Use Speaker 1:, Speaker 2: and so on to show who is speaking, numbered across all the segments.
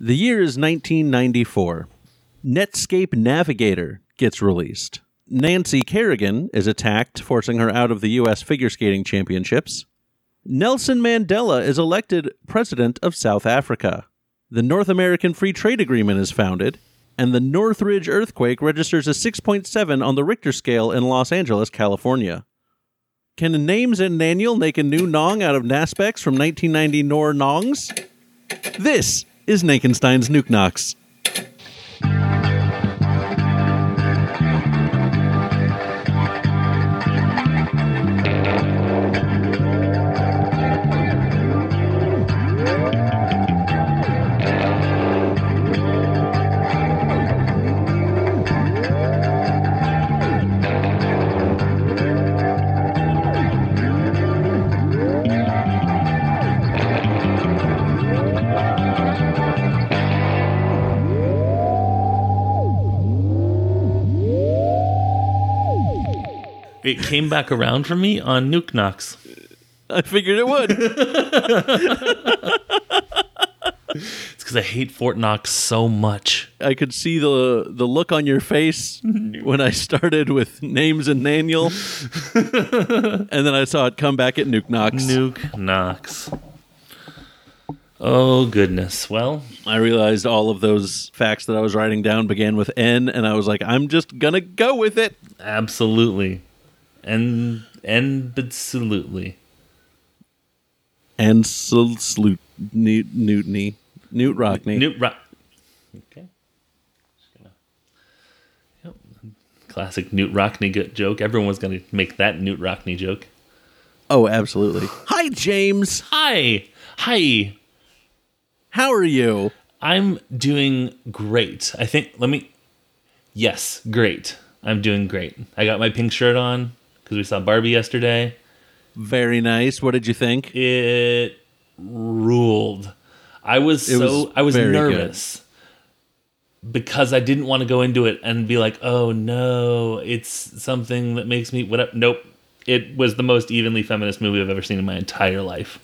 Speaker 1: The year is 1994. Netscape Navigator gets released. Nancy Kerrigan is attacked, forcing her out of the U.S. Figure Skating Championships. Nelson Mandela is elected President of South Africa. The North American Free Trade Agreement is founded. And the Northridge earthquake registers a 6.7 on the Richter scale in Los Angeles, California. Can names and Daniel make a new Nong out of Naspex from 1990 Nor Nongs? This is Nakenstein's Nuke Knocks.
Speaker 2: It came back around for me on Nuke Knox.
Speaker 1: I figured it would.
Speaker 2: It's because I hate Fort Knox so much.
Speaker 1: I could see the the look on your face when I started with names and Daniel, and then I saw it come back at Nuke Knox.
Speaker 2: Nuke Knox. Oh, goodness. Well,
Speaker 1: I realized all of those facts that I was writing down began with N, and I was like, I'm just gonna go with it.
Speaker 2: absolutely. And, and absolutely.
Speaker 1: And sl- Sloot Newt Newtony Newt Rockney.
Speaker 2: Newt Rock. Okay. Just gonna- Yep. Classic Newt Rockney go- joke. Everyone's going to make that Newt Rockney joke.
Speaker 1: Oh, absolutely. Hi, James.
Speaker 2: Hi. Hi.
Speaker 1: How are you?
Speaker 2: I'm doing great. I think, let me. Yes, great. I'm doing great. I got my pink shirt on because we saw Barbie yesterday.
Speaker 1: Very nice. What did you think?
Speaker 2: It ruled. I was
Speaker 1: It
Speaker 2: so,
Speaker 1: was
Speaker 2: I was
Speaker 1: very good.
Speaker 2: nervous because I didn't want to go into it and be like, oh no, it's something that makes me, what? Nope. It was the most evenly feminist movie I've ever seen in my entire life.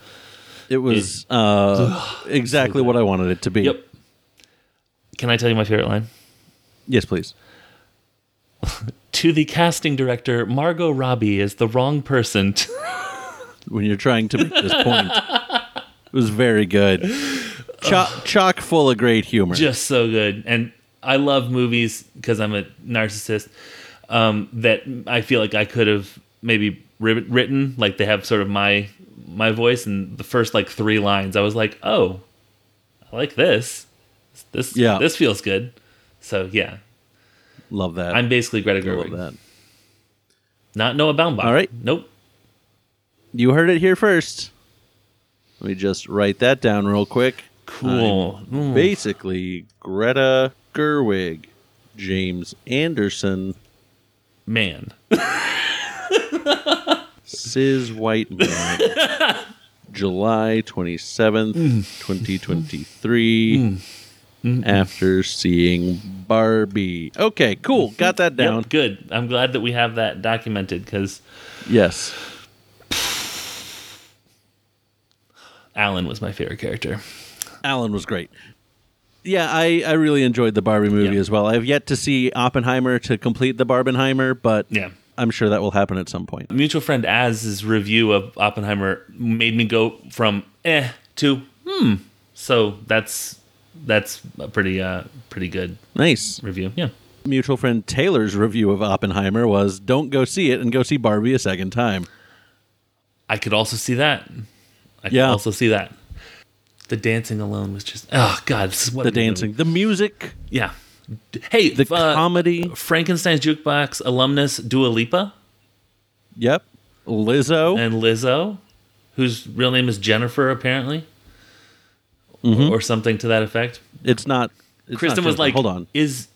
Speaker 1: It was uh, exactly what I wanted it to be.
Speaker 2: Yep. Can I tell you my favorite line?
Speaker 1: Yes, please.
Speaker 2: to the casting director, Margot Robbie is the wrong person. to-
Speaker 1: When you're trying to make this point, it was very good. Chock, chock full of great humor.
Speaker 2: Just so good. And I love movies because I'm a narcissist um, that I feel like I could have maybe ri- written. Like they have sort of my my voice and the first like three lines. I was like, oh, I like this. This
Speaker 1: Yeah.
Speaker 2: this feels good. So yeah,
Speaker 1: Love that.
Speaker 2: I'm basically Greta
Speaker 1: Love
Speaker 2: Gerwig.
Speaker 1: that.
Speaker 2: Not Noah Baumbach.
Speaker 1: All right.
Speaker 2: Nope.
Speaker 1: You heard it here first. Let me just write that down real quick.
Speaker 2: Cool. Mm.
Speaker 1: Basically, Greta Gerwig, James Anderson,
Speaker 2: Man.
Speaker 1: Cis White Man. July 27th,
Speaker 2: Mm.
Speaker 1: 2023,
Speaker 2: Mm-hmm.
Speaker 1: after seeing Barbie. Okay, cool. Got that
Speaker 2: Mm-hmm. Yep,
Speaker 1: down.
Speaker 2: good. I'm glad that we have that documented because
Speaker 1: Yes.
Speaker 2: Alan was my favorite character.
Speaker 1: Alan was great. Yeah, I, I really enjoyed the Barbie movie
Speaker 2: Yeah.
Speaker 1: as well. I've yet to see Oppenheimer to complete the Barbenheimer, but
Speaker 2: Yeah.
Speaker 1: I'm sure that will happen at some point.
Speaker 2: Mutual friend Az's review of Oppenheimer made me go from eh to hmm. So that's that's a pretty uh pretty good
Speaker 1: Nice.
Speaker 2: review. Yeah.
Speaker 1: Mutual friend Taylor's review of Oppenheimer was don't go see it and go see Barbie a second time.
Speaker 2: I could also see that. I could
Speaker 1: Yeah.
Speaker 2: also see that. The dancing alone was just oh god, this is what
Speaker 1: The
Speaker 2: a good movie.
Speaker 1: dancing, the music,
Speaker 2: Yeah. D- Hey,
Speaker 1: the
Speaker 2: uh,
Speaker 1: comedy.
Speaker 2: Frankenstein's jukebox alumnus Dua Lipa
Speaker 1: Yep. Lizzo.
Speaker 2: and Lizzo, whose real name is Jennifer apparently,
Speaker 1: Mm-hmm.
Speaker 2: or something to that effect.
Speaker 1: It's not. It's
Speaker 2: Kristen
Speaker 1: not
Speaker 2: was
Speaker 1: Jennifer.
Speaker 2: like,
Speaker 1: "Hold on,
Speaker 2: is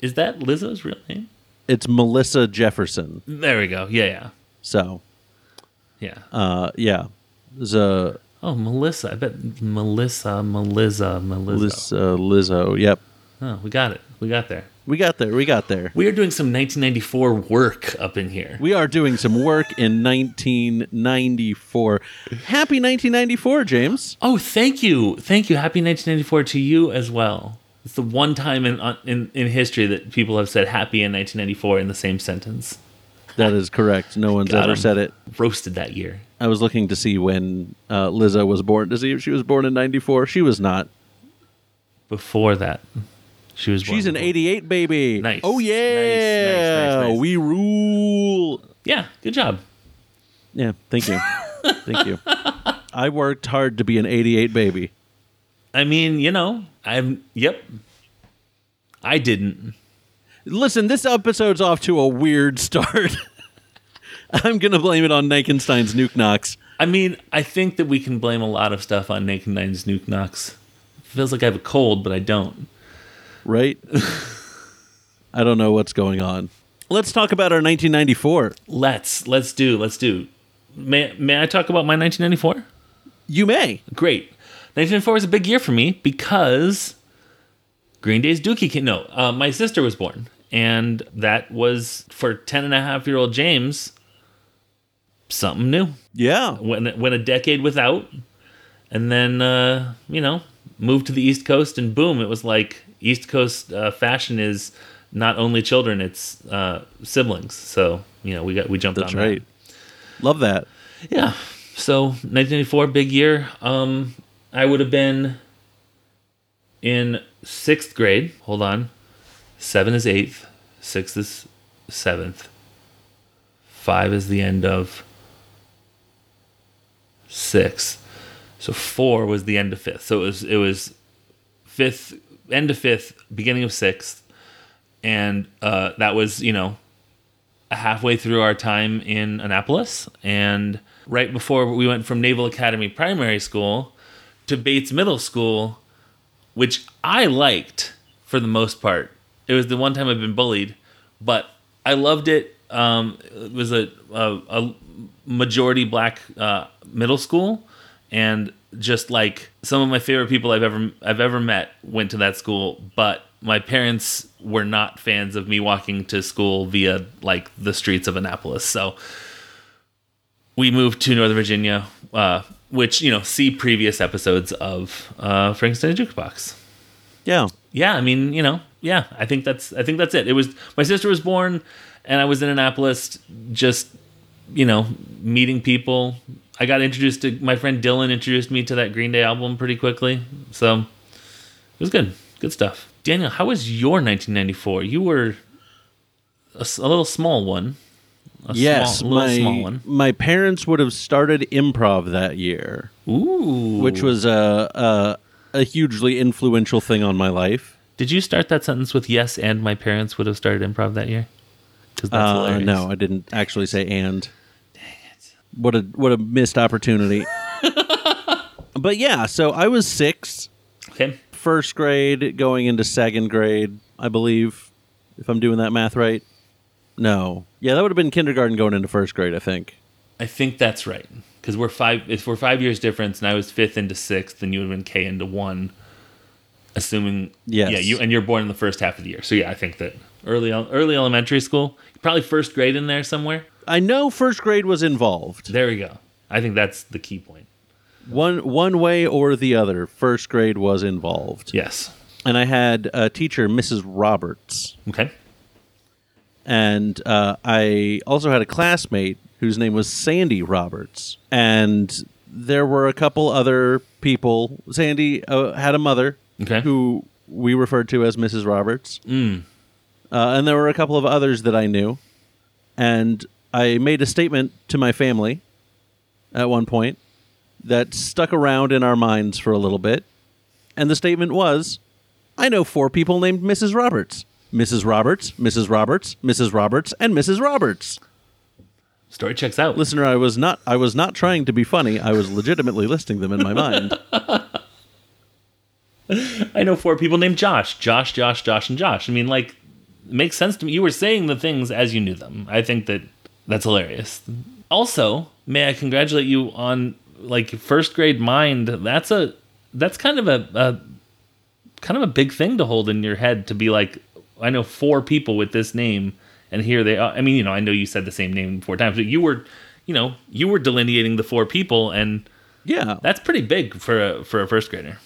Speaker 2: is that Lizzo's real name?"
Speaker 1: it's Melissa Jefferson."
Speaker 2: There we go. Yeah,
Speaker 1: So,
Speaker 2: yeah, yeah.
Speaker 1: uh, yeah, the
Speaker 2: oh, Melissa. I bet Melissa, Melissa, Melissa.
Speaker 1: Liz, uh, Lizzo. Yep,
Speaker 2: Oh, we got it. We got there.
Speaker 1: We got there. We got there.
Speaker 2: We are doing some 1994 work up in here.
Speaker 1: We are doing some work in 1994. Happy 1994, James.
Speaker 2: Oh, thank you, thank you. Happy 1994 to you as well. It's the one time in in, in history that people have said "happy" and 1994 in the same sentence.
Speaker 1: That is correct. No one's
Speaker 2: Got
Speaker 1: ever
Speaker 2: him.
Speaker 1: said it.
Speaker 2: Roasted that year.
Speaker 1: I was looking to see when uh, Lizzo was born, to see if she was born in 94. She was not.
Speaker 2: Before that, she was.
Speaker 1: She's an
Speaker 2: wonderful.
Speaker 1: 88 baby.
Speaker 2: Nice.
Speaker 1: Oh,
Speaker 2: Nice, nice,
Speaker 1: yeah.
Speaker 2: nice, nice.
Speaker 1: We rule.
Speaker 2: Yeah, good job.
Speaker 1: Yeah, thank you. thank you. I worked hard to be an 88 baby.
Speaker 2: I mean, you know, I'm. Yep. I didn't.
Speaker 1: Listen, this episode's off to a weird start. I'm going to blame it on Nakenstein's Nuke Knox.
Speaker 2: I mean, I think that we can blame a lot of stuff on Naked Nine's Nuke Knox. Feels like I have a cold, but I don't.
Speaker 1: right? I don't know what's going on. Let's talk about our 1994.
Speaker 2: Let's let's do let's do. May may I talk about my 1994?
Speaker 1: You may.
Speaker 2: Great. 1994 was a big year for me because Green Day's Dookie came. No, uh, my sister was born, and that was for 10 and a half year old James. Something new.
Speaker 1: Yeah.
Speaker 2: Went went a decade without, and then uh, you know moved to the East Coast, and boom, it was like East Coast uh, fashion is not only children, it's uh, siblings. So you know we got we jumped
Speaker 1: That's
Speaker 2: on
Speaker 1: right. Love that.
Speaker 2: that. Yeah. So 1984, big year. Um, I would have been in sixth grade. Hold on, seven is eighth, sixth is seventh, five is the end of six. So four was the end of fifth. So it was it was fifth end of fifth, beginning of sixth, and uh, that was you know halfway through our time in Annapolis, and right before we went from Naval Academy Primary School to Bates Middle School, which I liked for the most part. It was the one time I've been bullied, but I loved it. Um, it was a, a, a majority black uh, middle school, and just like some of my favorite people I've ever I've ever met went to that school, but my parents were not fans of me walking to school via like the streets of Annapolis. So we moved to Northern Virginia, uh, which you know see previous episodes of uh, Frankenstein Jukebox.
Speaker 1: Yeah.
Speaker 2: Yeah, I mean you know yeah I think that's I think that's it. It was my sister was born, and I was in Annapolis just you know meeting people. I got introduced to my friend Dylan introduced me to that Green Day album pretty quickly, so it was good, good stuff. Daniel, how was your 1994? You were a, s- a little small one. A
Speaker 1: Yes,
Speaker 2: small, little
Speaker 1: my
Speaker 2: small one.
Speaker 1: my parents would have started improv that year,
Speaker 2: Ooh,
Speaker 1: which was a, a a hugely influential thing on my life.
Speaker 2: Did you start that sentence with yes and my parents would have started improv that year? Because that's
Speaker 1: Uh,
Speaker 2: hilarious.
Speaker 1: no, I didn't actually say and. Dang it! What a what a missed opportunity. but yeah, so I was six.
Speaker 2: Okay.
Speaker 1: first grade going into second grade, I believe, if I'm doing that math right. No. Yeah, that would have been kindergarten going into first grade, I think.
Speaker 2: I think that's right. Because we're five. If we're five years difference, and I was fifth into sixth, then you would have been K into one. Assuming
Speaker 1: Yes.
Speaker 2: yeah, you and you're born in the first half of the year. So yeah, I think that early el- early elementary school, probably first grade in there somewhere.
Speaker 1: I know first grade was involved.
Speaker 2: There we go. I think that's the key point.
Speaker 1: One one way or the other, first grade was involved.
Speaker 2: Yes.
Speaker 1: And I had a teacher, Mrs. Roberts,
Speaker 2: Okay.
Speaker 1: and uh, I also had a classmate whose name was Sandy Roberts. And there were a couple other people. Sandy uh, had a mother
Speaker 2: Okay.
Speaker 1: who we referred to as Mrs. Roberts. Uh, and there were a couple of others that I knew. And I made a statement to my family at one point that stuck around in our minds for a little bit. And the statement was I know four people named Mrs. Roberts. Mrs. Roberts, Mrs. Roberts, Mrs. Roberts, and Mrs. Roberts.
Speaker 2: Story checks out.
Speaker 1: Listener, I was not I was not trying to be funny. I was legitimately listing them in my mind.
Speaker 2: I know four people named Josh. Josh, Josh, Josh, and Josh. I mean, like, it makes sense to me. You were saying the things as you knew them. I think that that's hilarious. Also, may I congratulate you on like your first grade mind. That's a that's kind of a, a kind of a big thing to hold in your head to be like I know four people with this name, and here they are. I mean, you know, I know you said the same name four times, but you were, you know, you were delineating the four people, and
Speaker 1: Yeah.
Speaker 2: that's pretty big for a for a first grader.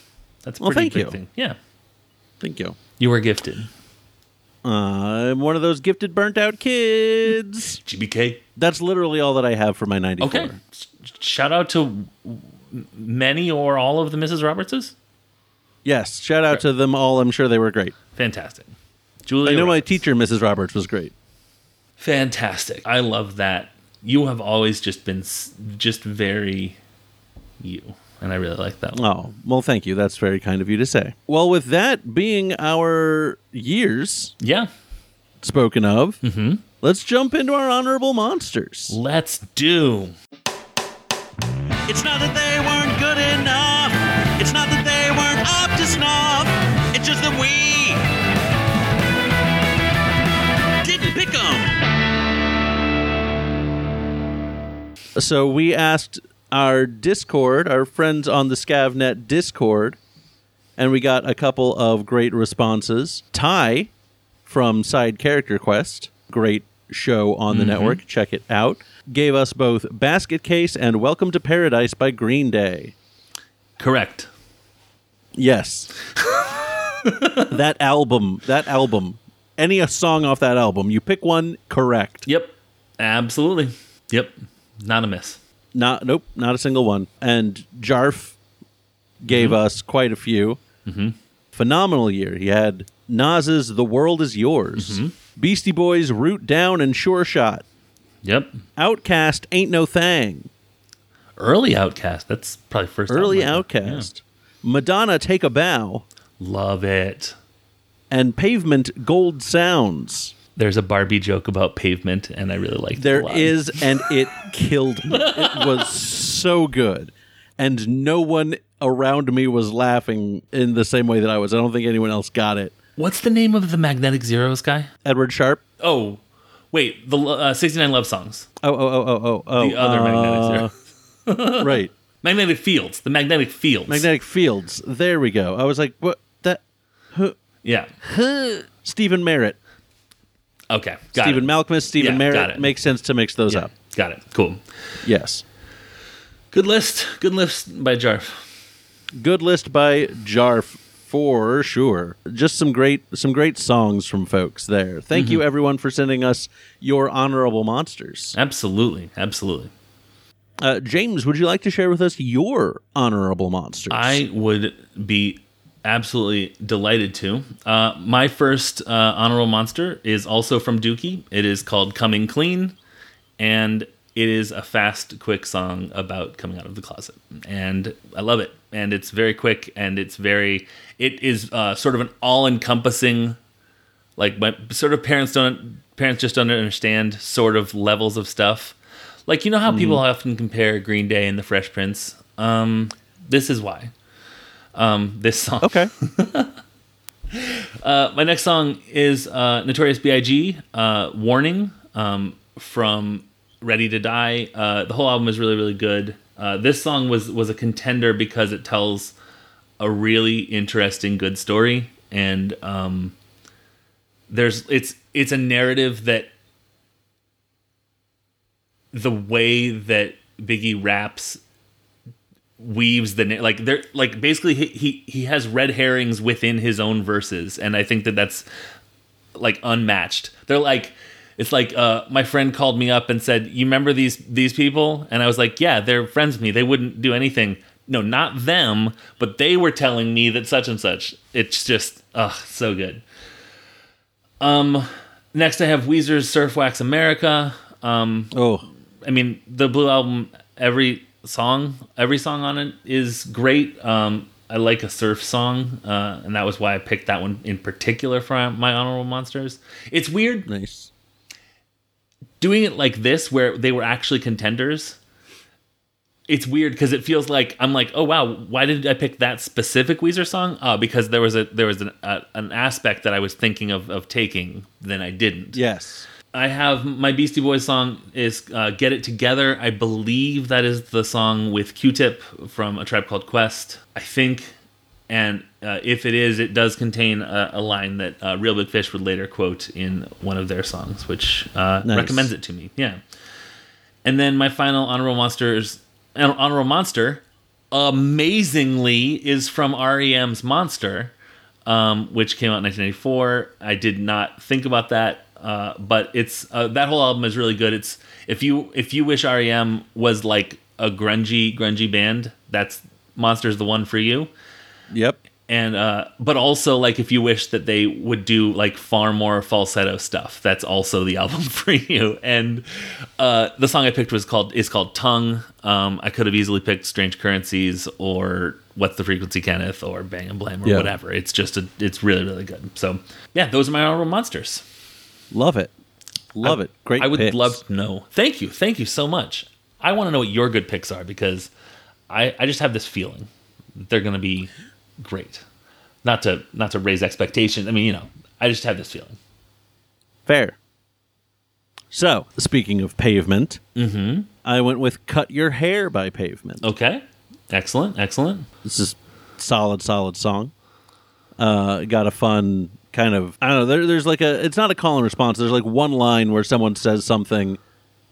Speaker 2: That's a
Speaker 1: Well,
Speaker 2: pretty
Speaker 1: thank
Speaker 2: big
Speaker 1: you.
Speaker 2: thing. Yeah,
Speaker 1: Thank you.
Speaker 2: you were gifted.
Speaker 1: I'm one of those gifted, burnt out kids.
Speaker 2: GBK.
Speaker 1: That's literally all that I have for my 94.
Speaker 2: Okay. S- Shout out to w- m- many or all of the Mrs. Robertses.
Speaker 1: Yes. Shout out to them all. I'm sure they were great.
Speaker 2: Fantastic. Julia.
Speaker 1: I know my
Speaker 2: Roberts.
Speaker 1: teacher, Mrs. Roberts, was great.
Speaker 2: Fantastic. I love that. You have always just been s- just very you, and I really like that.
Speaker 1: Oh, well, thank you. That's very kind of you to say. Well, with that being our years
Speaker 2: Yeah.
Speaker 1: spoken of, let's jump into our honorable monsters.
Speaker 2: Let's do.
Speaker 1: It's not that they weren't good enough. It's not that they weren't up to snuff. It's just that we didn't pick them. So we asked our Discord, our friends on the Scavnet Discord, and we got a couple of great responses. Ty from Side Character Quest, great show on the network, check it out, gave us both Basket Case and Welcome to Paradise by Green Day.
Speaker 2: Correct.
Speaker 1: Yes. that album, that album, any song off that album, you pick one correct.
Speaker 2: Yep. Absolutely. Yep. Not a miss.
Speaker 1: Not nope, not a single one. And Jarf gave us quite a few. Mm-hmm. Phenomenal year. He had Nas's "The World Is Yours," Beastie Boys "Root Down" and "Sure Shot,"
Speaker 2: Yep.
Speaker 1: Outcast "Ain't No Thang,"
Speaker 2: Early Outcast. That's probably first. album
Speaker 1: early
Speaker 2: I heard.
Speaker 1: Outcast, Madonna "Take a Bow,"
Speaker 2: Yeah. Love it.
Speaker 1: and Pavement "Gold Sounds."
Speaker 2: There's a Barbie joke about pavement, and I really like.
Speaker 1: There is, and it killed me. It was so good. And no one around me was laughing in the same way that I was. I don't think anyone else got it.
Speaker 2: What's the name of the Magnetic Zeros guy?
Speaker 1: Edward Sharp.
Speaker 2: Oh, wait. The lo- uh, 69 Love Songs.
Speaker 1: Oh, oh, oh, oh, oh, oh.
Speaker 2: The other Magnetic
Speaker 1: uh,
Speaker 2: Zero.
Speaker 1: right.
Speaker 2: Magnetic Fields. The Magnetic Fields.
Speaker 1: Magnetic fields. There we go. I was like, what? That.
Speaker 2: Yeah.
Speaker 1: Stephen Merritt.
Speaker 2: Okay. Got
Speaker 1: Stephen
Speaker 2: it.
Speaker 1: Malcolmus, Stephen
Speaker 2: Yeah, got
Speaker 1: Merritt.
Speaker 2: it.
Speaker 1: Makes sense to mix those
Speaker 2: yeah.
Speaker 1: up.
Speaker 2: Got it. Cool.
Speaker 1: Yes.
Speaker 2: Good list. Good list by Jarf.
Speaker 1: Good list by Jarf for sure. Just some great some great songs from folks there. Thank
Speaker 2: Mm-hmm.
Speaker 1: you everyone for sending us your honorable monsters.
Speaker 2: Absolutely. Absolutely.
Speaker 1: Uh, James, would you like to share with us your honorable monsters?
Speaker 2: I would be absolutely delighted to. Uh, my first uh, honorable monster is also from Dookie. It is called Coming Clean, and it is a fast, quick song about coming out of the closet. And I love it. And it's very quick, and it's very, it is uh, sort of an all encompassing like my sort of parents don't parents just don't understand sort of levels of stuff like you know how people often compare green day and the fresh prince um this is why um this song
Speaker 1: Okay.
Speaker 2: uh, my next song is uh notorious big uh warning um from ready to die uh the whole album is really really good uh this song was was a contender because it tells a really interesting good story and um there's it's it's a narrative that the way that Biggie raps weaves the na- like they're like basically he, he he has red herrings within his own verses and I think that that's like unmatched. They're like it's like uh, my friend called me up and said, "You remember these these people?" And I was like, "Yeah, they're friends with me. They wouldn't do anything." No, not them, but they were telling me that such and such. It's just ugh, so good. Um, Next, I have Weezer's Surf Wax America.
Speaker 1: oh,
Speaker 2: I mean, the Blue album, every song, every song on it is great. Um, I like a surf song, uh, and that was why I picked that one in particular for my honorable monsters. It's weird
Speaker 1: nice.
Speaker 2: doing it like this, where they were actually contenders. It's weird because it feels like I'm like, oh wow, why did I pick that specific Weezer song? Uh, because there was a there was an, a, an aspect that I was thinking of of taking, then I didn't.
Speaker 1: Yes.
Speaker 2: I have my Beastie Boys song is uh, "Get It Together." I believe that is the song with Q-Tip from A Tribe Called Quest. I think, And uh, if it is, it does contain a, a line that uh, Real Big Fish would later quote in one of their songs, which uh,
Speaker 1: Nice.
Speaker 2: recommends it to me. Yeah. And then my final honorable monster is an honorable monster. Amazingly, is from REM's Monster, um, which came out in 1984. I did not think about that, uh, but it's uh, that whole album is really good. It's if you if you wish REM was like a grungy grungy band, that's Monster's the one for you
Speaker 1: Yep.
Speaker 2: and uh but also like if you wish that they would do like far more falsetto stuff that's also the album for you and uh the song i picked was called is called tongue um i could have easily picked strange currencies or what's the frequency kenneth or bang and blame or
Speaker 1: Yeah.
Speaker 2: whatever it's just a it's really really good so yeah those are my honorable monsters
Speaker 1: Love it. Love it. Great.
Speaker 2: i would
Speaker 1: picks.
Speaker 2: love to know thank you thank you so much i want to know what your good picks are because i i just have this feeling that they're going to be great not to not to raise expectations i mean you know i just have this feeling
Speaker 1: Fair. So, speaking of pavement,
Speaker 2: Mm-hmm.
Speaker 1: I went with Cut Your Hair by Pavement.
Speaker 2: okay excellent excellent
Speaker 1: This is solid, solid song. Uh, got a fun kind of I don't know. There, there's like a it's not a call and response. There's like one line where someone says something,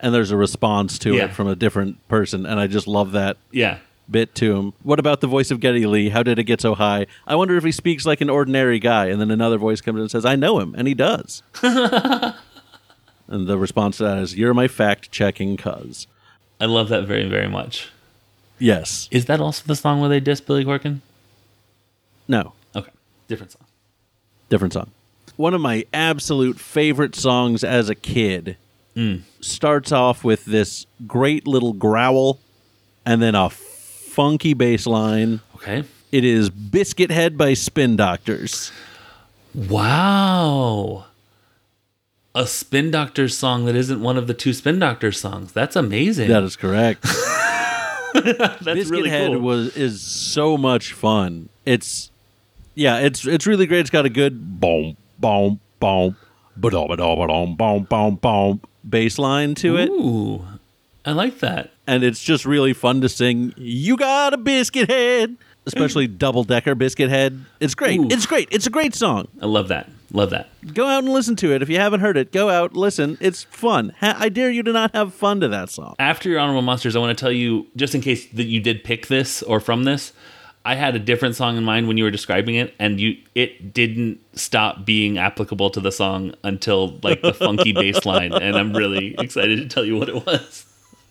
Speaker 1: and there's a response to
Speaker 2: Yeah.
Speaker 1: it from a different person, and I just love that
Speaker 2: yeah
Speaker 1: bit to him. What about the voice of Getty Lee? How did it get so high? I wonder if he speaks like an ordinary guy. And then another voice comes in and says, I know him, and he does. and the response to that is, You're my fact checking cuz.
Speaker 2: i love that very very much
Speaker 1: Yes.
Speaker 2: is that also the song where they diss billy corkin
Speaker 1: No.
Speaker 2: okay different song
Speaker 1: Different song. One of my absolute favorite songs as a kid Mm. starts off with this great little growl and then a funky bass line.
Speaker 2: okay
Speaker 1: It is Biscuit Head by Spin Doctors.
Speaker 2: wow a spin doctors song that isn't one of the two spin doctors songs that's amazing
Speaker 1: That is correct.
Speaker 2: that's
Speaker 1: Biscuit Head was is so much fun. It's yeah, it's it's really great. It's got a good boom, boom, boom, ba-dum, ba-dum, ba-dum, boom, boom, boom bass line to it,
Speaker 2: Ooh, I like that.
Speaker 1: and it's just really fun to sing. You got a biscuit head, especially double decker biscuit head. It's great.
Speaker 2: Ooh.
Speaker 1: It's great. It's a great song.
Speaker 2: I love that. Love that.
Speaker 1: Go out and listen to it if you haven't heard it. Go out, listen. It's fun. Ha- I dare you to not have fun to that song.
Speaker 2: After your honorable monsters, I want to tell you, just in case that you did pick this or from this, I had a different song in mind when you were describing it, and you it didn't stop being applicable to the song until like the funky bass line, and I'm really excited to tell you what it was.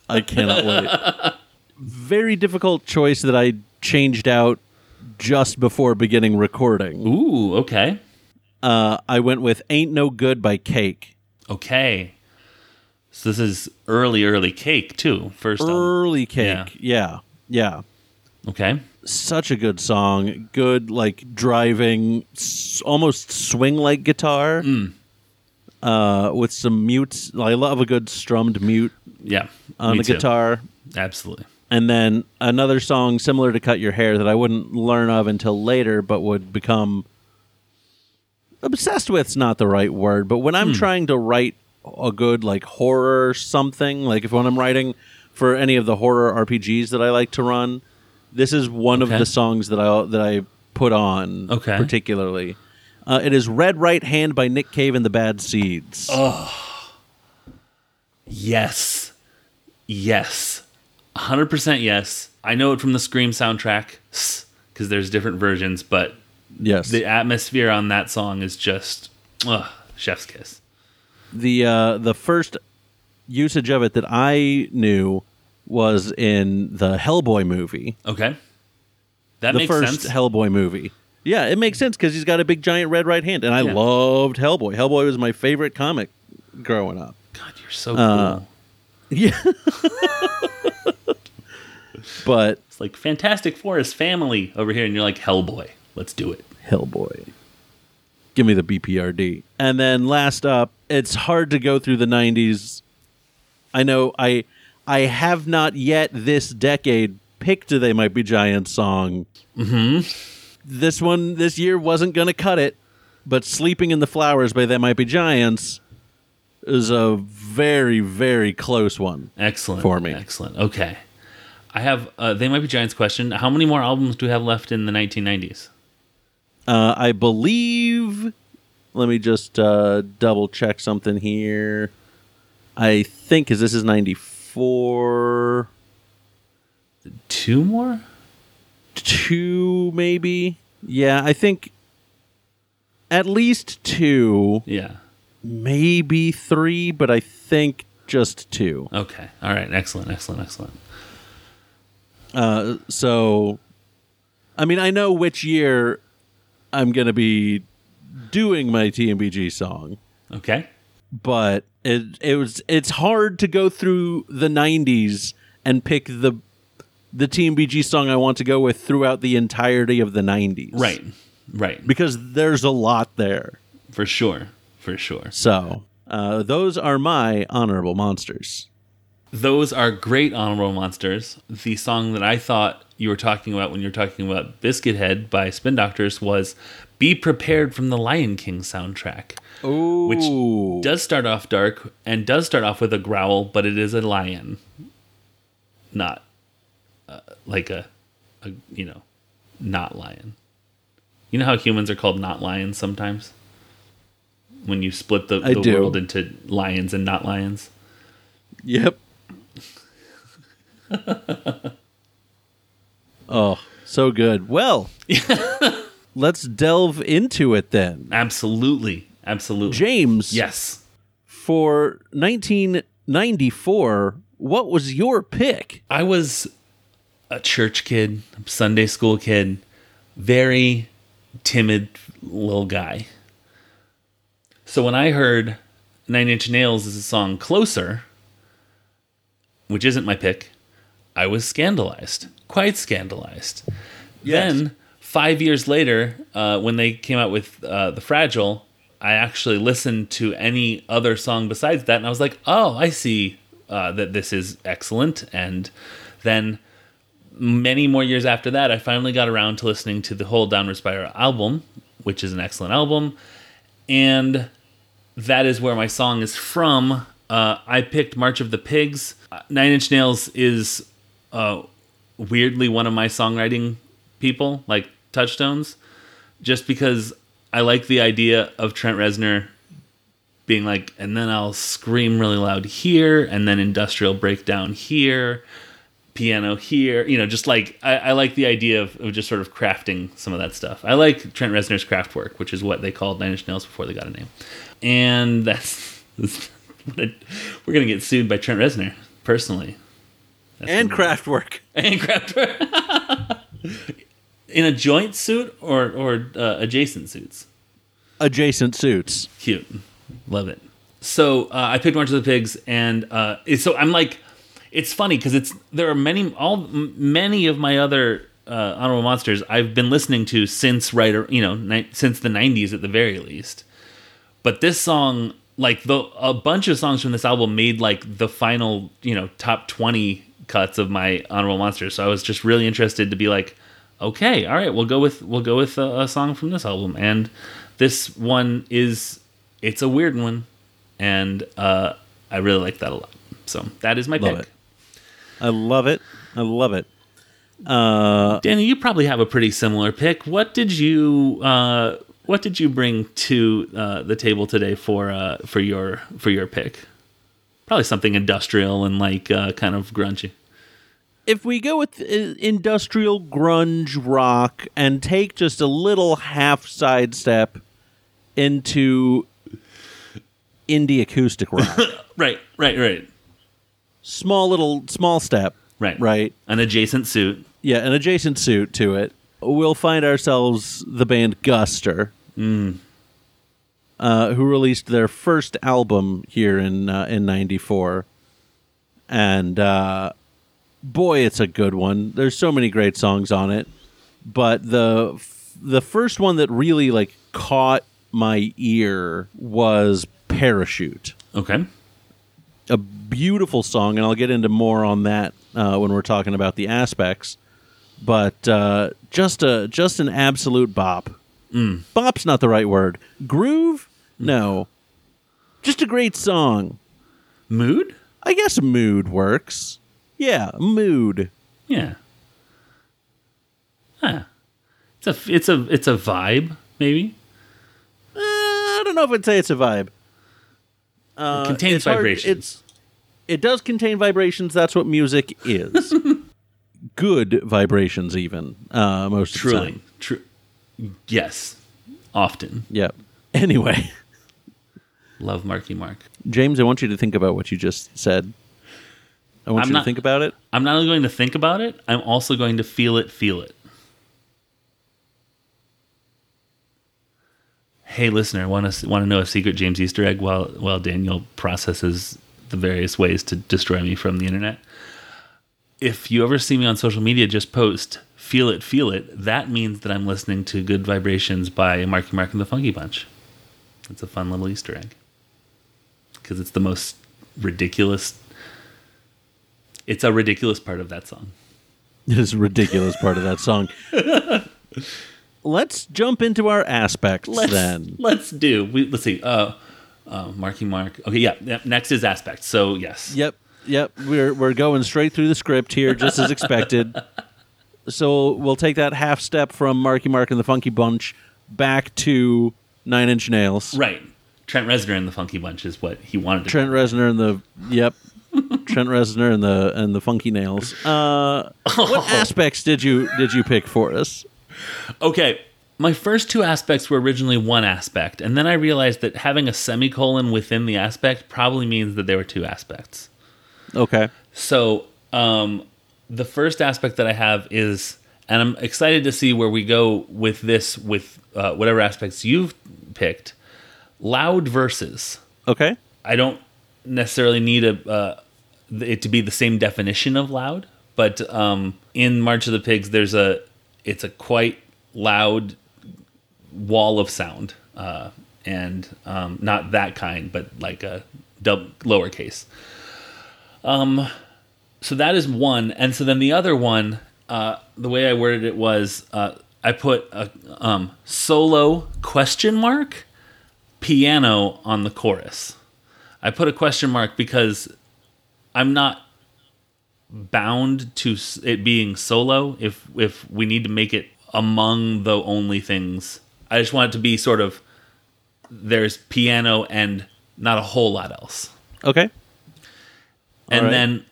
Speaker 1: I cannot wait. Very difficult choice that I changed out just before beginning recording.
Speaker 2: Ooh, okay,
Speaker 1: Uh, I went with Ain't No Good by Cake.
Speaker 2: okay. So this is early, early cake too. First, album.
Speaker 1: Early Cake. Yeah. Yeah.
Speaker 2: okay,
Speaker 1: Such a good song. Good, like, driving, s- almost swing like guitar.
Speaker 2: Mm.
Speaker 1: Uh, with some mutes. I love a good strummed mute
Speaker 2: yeah,
Speaker 1: on
Speaker 2: me
Speaker 1: the
Speaker 2: too.
Speaker 1: guitar.
Speaker 2: Absolutely.
Speaker 1: And then another song similar to Cut Your Hair that I wouldn't learn of until later, but would become obsessed with's not the right word, but when
Speaker 2: Hmm.
Speaker 1: I'm trying to write a good like horror something, like if when I'm writing for any of the horror RPGs that I like to run, this is one
Speaker 2: Okay.
Speaker 1: of the songs that I that I put on
Speaker 2: Okay.
Speaker 1: particularly. Uh, it is Red Right Hand by Nick Cave and the Bad Seeds.
Speaker 2: Oh, Yes. Yes. 100% yes. I know it from the Scream soundtrack because there's different versions, but
Speaker 1: yes.
Speaker 2: the atmosphere on that song is just ugh, chef's kiss.
Speaker 1: the uh, the first usage of it that I knew was in the Hellboy movie,
Speaker 2: Okay. That
Speaker 1: the
Speaker 2: makes
Speaker 1: first
Speaker 2: sense.
Speaker 1: Hellboy movie. Yeah, it makes sense because he's got a big giant red right hand, and I
Speaker 2: Yeah.
Speaker 1: loved Hellboy. Hellboy was my favorite comic growing up.
Speaker 2: God, you're so cool.
Speaker 1: Uh, Yeah, but
Speaker 2: it's like Fantastic Four is family over here, and you're like, Hellboy, let's do it.
Speaker 1: Hellboy. Give me the BPRD. And then last up, it's hard to go through the 90s. I know I I have not yet this decade picked a They Might Be Giants song. Mm-hmm. This one this year wasn't going to cut it, but Sleeping in the Flowers by They Might Be Giants is a very, very close one.
Speaker 2: Excellent.
Speaker 1: For me.
Speaker 2: Excellent. Okay. I have, uh, they might be Giants question. How many more albums do we have left in the 1990s?
Speaker 1: Uh, I believe. Let me just uh, double check something here. I think because this is ninety four,
Speaker 2: Two more?
Speaker 1: two maybe. Yeah, I think at least two,
Speaker 2: Yeah.
Speaker 1: maybe three, but I think just two.
Speaker 2: Okay. All right. Excellent. Excellent. Excellent.
Speaker 1: So, I mean, I know which year I'm going to be doing my TMBG song,
Speaker 2: Okay.
Speaker 1: but it it was it's hard to go through the 90s and pick the the TMBG song I want to go with throughout the entirety of the 90s.
Speaker 2: Right. Right.
Speaker 1: Because there's a lot there.
Speaker 2: For sure. For sure.
Speaker 1: So, uh, those are my honorable monsters.
Speaker 2: Those are great honorable monsters. The song that I thought you were talking about when you were talking about Biscuit Head by Spin Doctors was Be Prepared from the Lion King soundtrack.
Speaker 1: Ooh.
Speaker 2: Which does start off dark and does start off with a growl, but it is a lion, not uh, like a, a, you know, not lion. You know how humans are called not lions sometimes? When you split the,
Speaker 1: I
Speaker 2: the
Speaker 1: do.
Speaker 2: world into lions and not lions?
Speaker 1: Yep. oh, so good. Well, let's delve into it then.
Speaker 2: Absolutely. Absolutely.
Speaker 1: James,
Speaker 2: Yes.
Speaker 1: for 1994, what was your pick?
Speaker 2: I was a church kid, Sunday school kid, very timid little guy. So when I heard Nine Inch Nails is a song Closer, which isn't my pick, I was scandalized, quite scandalized. Then, five years later, uh, when they came out with uh, The Fragile, I actually listened to any other song besides that, and I was like, oh, I see uh, that this is excellent. And then, many more years after that, I finally got around to listening to the whole Downward Spiral album, which is an excellent album. And that is where my song is from. Uh, I picked March of the Pigs. Uh, Nine Inch Nails is uh, weirdly one of my songwriting people, like touchstones, just because I like the idea of Trent Reznor being like, and then I'll scream really loud here, and then industrial breakdown here, piano here. You know, just like I, I like the idea of, of just sort of crafting some of that stuff. I like Trent Reznor's craft work, which is what they called Nine Inch Nails before they got a name. And that's, that's what I- we're gonna get sued by Trent Reznor personally
Speaker 1: And Kraftwerk.
Speaker 2: and grabbed her in a joint suit or or uh, adjacent suits.
Speaker 1: Adjacent suits.
Speaker 2: Cute, love it. So uh, I picked March of the Pigs, and uh, it's- so I'm like, it's funny because it's there are many all m- many of my other uh, honorable monsters I've been listening to since right ar- you know ni- since the '90s at the very least. But this song, like the a bunch of songs from this album, made like the final you know top twenty cuts of my honorable monsters. So I was just really interested to be like, okay, all right, we'll go with we'll go with a, a song from this album, and this one is it's a weird one, and uh, I really like that a lot. So that is my
Speaker 1: Love
Speaker 2: pick.
Speaker 1: it. I love it. I love it.
Speaker 2: Danny, you probably have a pretty similar pick. What did you uh, What did you bring to uh, the table today for uh, for your for your pick? Probably something industrial and like uh, kind of grungy.
Speaker 1: if we go with uh, industrial grunge rock and take just a little half sidestep into indie acoustic rock,
Speaker 2: Right, right, right,
Speaker 1: small little small step,
Speaker 2: right,
Speaker 1: right?
Speaker 2: An adjacent suit.
Speaker 1: Yeah, an adjacent suit to it, we'll find ourselves the band Guster, uh, who released their first album here in uh, in '94, and uh, boy, it's a good one. There's so many great songs on it, but the f- the first one that really like caught my ear was Parachute
Speaker 2: Okay.
Speaker 1: a beautiful song, and I'll get into more on that uh, when we're talking about the aspects. But uh, just a just an absolute bop.
Speaker 2: Mm.
Speaker 1: Bop's not the right word. Groove? No. Just a great song.
Speaker 2: Mood?
Speaker 1: I guess mood works. Yeah, mood.
Speaker 2: Yeah. Huh. It's It's a it's a it's a vibe maybe.
Speaker 1: Uh, I don't know if I'd say it's a vibe. Uh,
Speaker 2: Contains
Speaker 1: it's hard-
Speaker 2: vibrations.
Speaker 1: it's, it does contain vibrations. That's what music is. Good vibrations, even uh, most of the time.
Speaker 2: Truly, true. Yes, often
Speaker 1: Yep. Anyway,
Speaker 2: love Marky Mark.
Speaker 1: James, I want you to think about what you just said. I want
Speaker 2: I'm
Speaker 1: you to
Speaker 2: not-
Speaker 1: think about it.
Speaker 2: I'm not only going to think about it. I'm also going to feel it. Feel it. Hey, listener, want to want to know a secret James Easter egg while while Daniel processes the various ways to destroy me from the internet? If you ever see me on social media, just post "Feel It, Feel It." That means that I'm listening to "Good Vibrations" by Marky Mark and the Funky Bunch. It's a fun little Easter egg because it's the most ridiculous. It's a ridiculous part of that song.
Speaker 1: It is a ridiculous part of that song. Let's jump into our aspects
Speaker 2: let's,
Speaker 1: then.
Speaker 2: Let's do. We, let's see. Uh, uh, Marky Mark. Okay, yeah. yeah, Next is aspect. So yes.
Speaker 1: Yep, yep. We're we're going straight through the script here, just as expected. So we'll take that half step from Marky Mark and the Funky Bunch back to Nine Inch Nails.
Speaker 2: Right. Trent Reznor and the Funky Bunch is what he wanted to.
Speaker 1: Trent Reznor and the yep, Trent Reznor and the and the Funky Nails. Uh, What aspects did you did you pick for us?
Speaker 2: Okay. My first two aspects were originally one aspect, and then I realized that having a semicolon within the aspect probably means that there were two aspects.
Speaker 1: Okay,
Speaker 2: So, um, the first aspect that I have is, and I'm excited to see where we go with this, with uh, whatever aspects you've picked. Loud verses.
Speaker 1: okay,
Speaker 2: I don't necessarily need a uh, th- it to be the same definition of loud, but um, in March of the Pigs, there's a it's a quite loud wall of sound, uh, and um, not that kind, but like a dub lowercase. Um, so that is one, and so then the other one, uh, the way I worded it was uh, I put a um, solo question mark piano on the chorus. I put a question mark because I'm not bound to s- it being solo if if we need to make it among the only things. I just want it to be sort of there's piano and not a whole lot else.
Speaker 1: okay.
Speaker 2: And
Speaker 1: right.
Speaker 2: then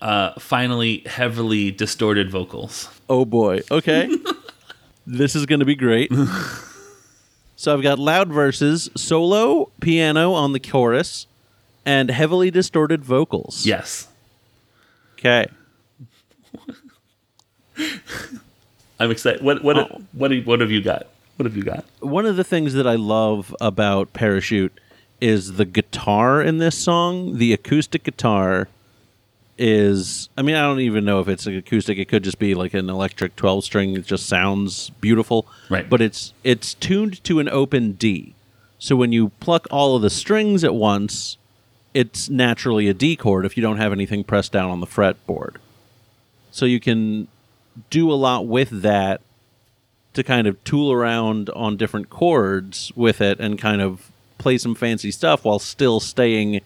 Speaker 2: uh, finally, heavily distorted vocals.
Speaker 1: Oh boy. Okay. this is going to be great. so I've got loud verses, solo piano on the chorus, and heavily distorted vocals.
Speaker 2: Yes.
Speaker 1: Okay.
Speaker 2: I'm excited. What what what do- what have you got? What have you got?
Speaker 1: One of the things that I love about Parachute is the guitar in this song. The acoustic guitar is I mean I don't even know if it's an acoustic it could just be like an electric 12 string it just sounds beautiful
Speaker 2: Right.
Speaker 1: but it's it's tuned to an open D so when you pluck all of the strings at once it's naturally a D chord if you don't have anything pressed down on the fretboard so you can do a lot with that to kind of tool around on different chords with it and kind of play some fancy stuff while still staying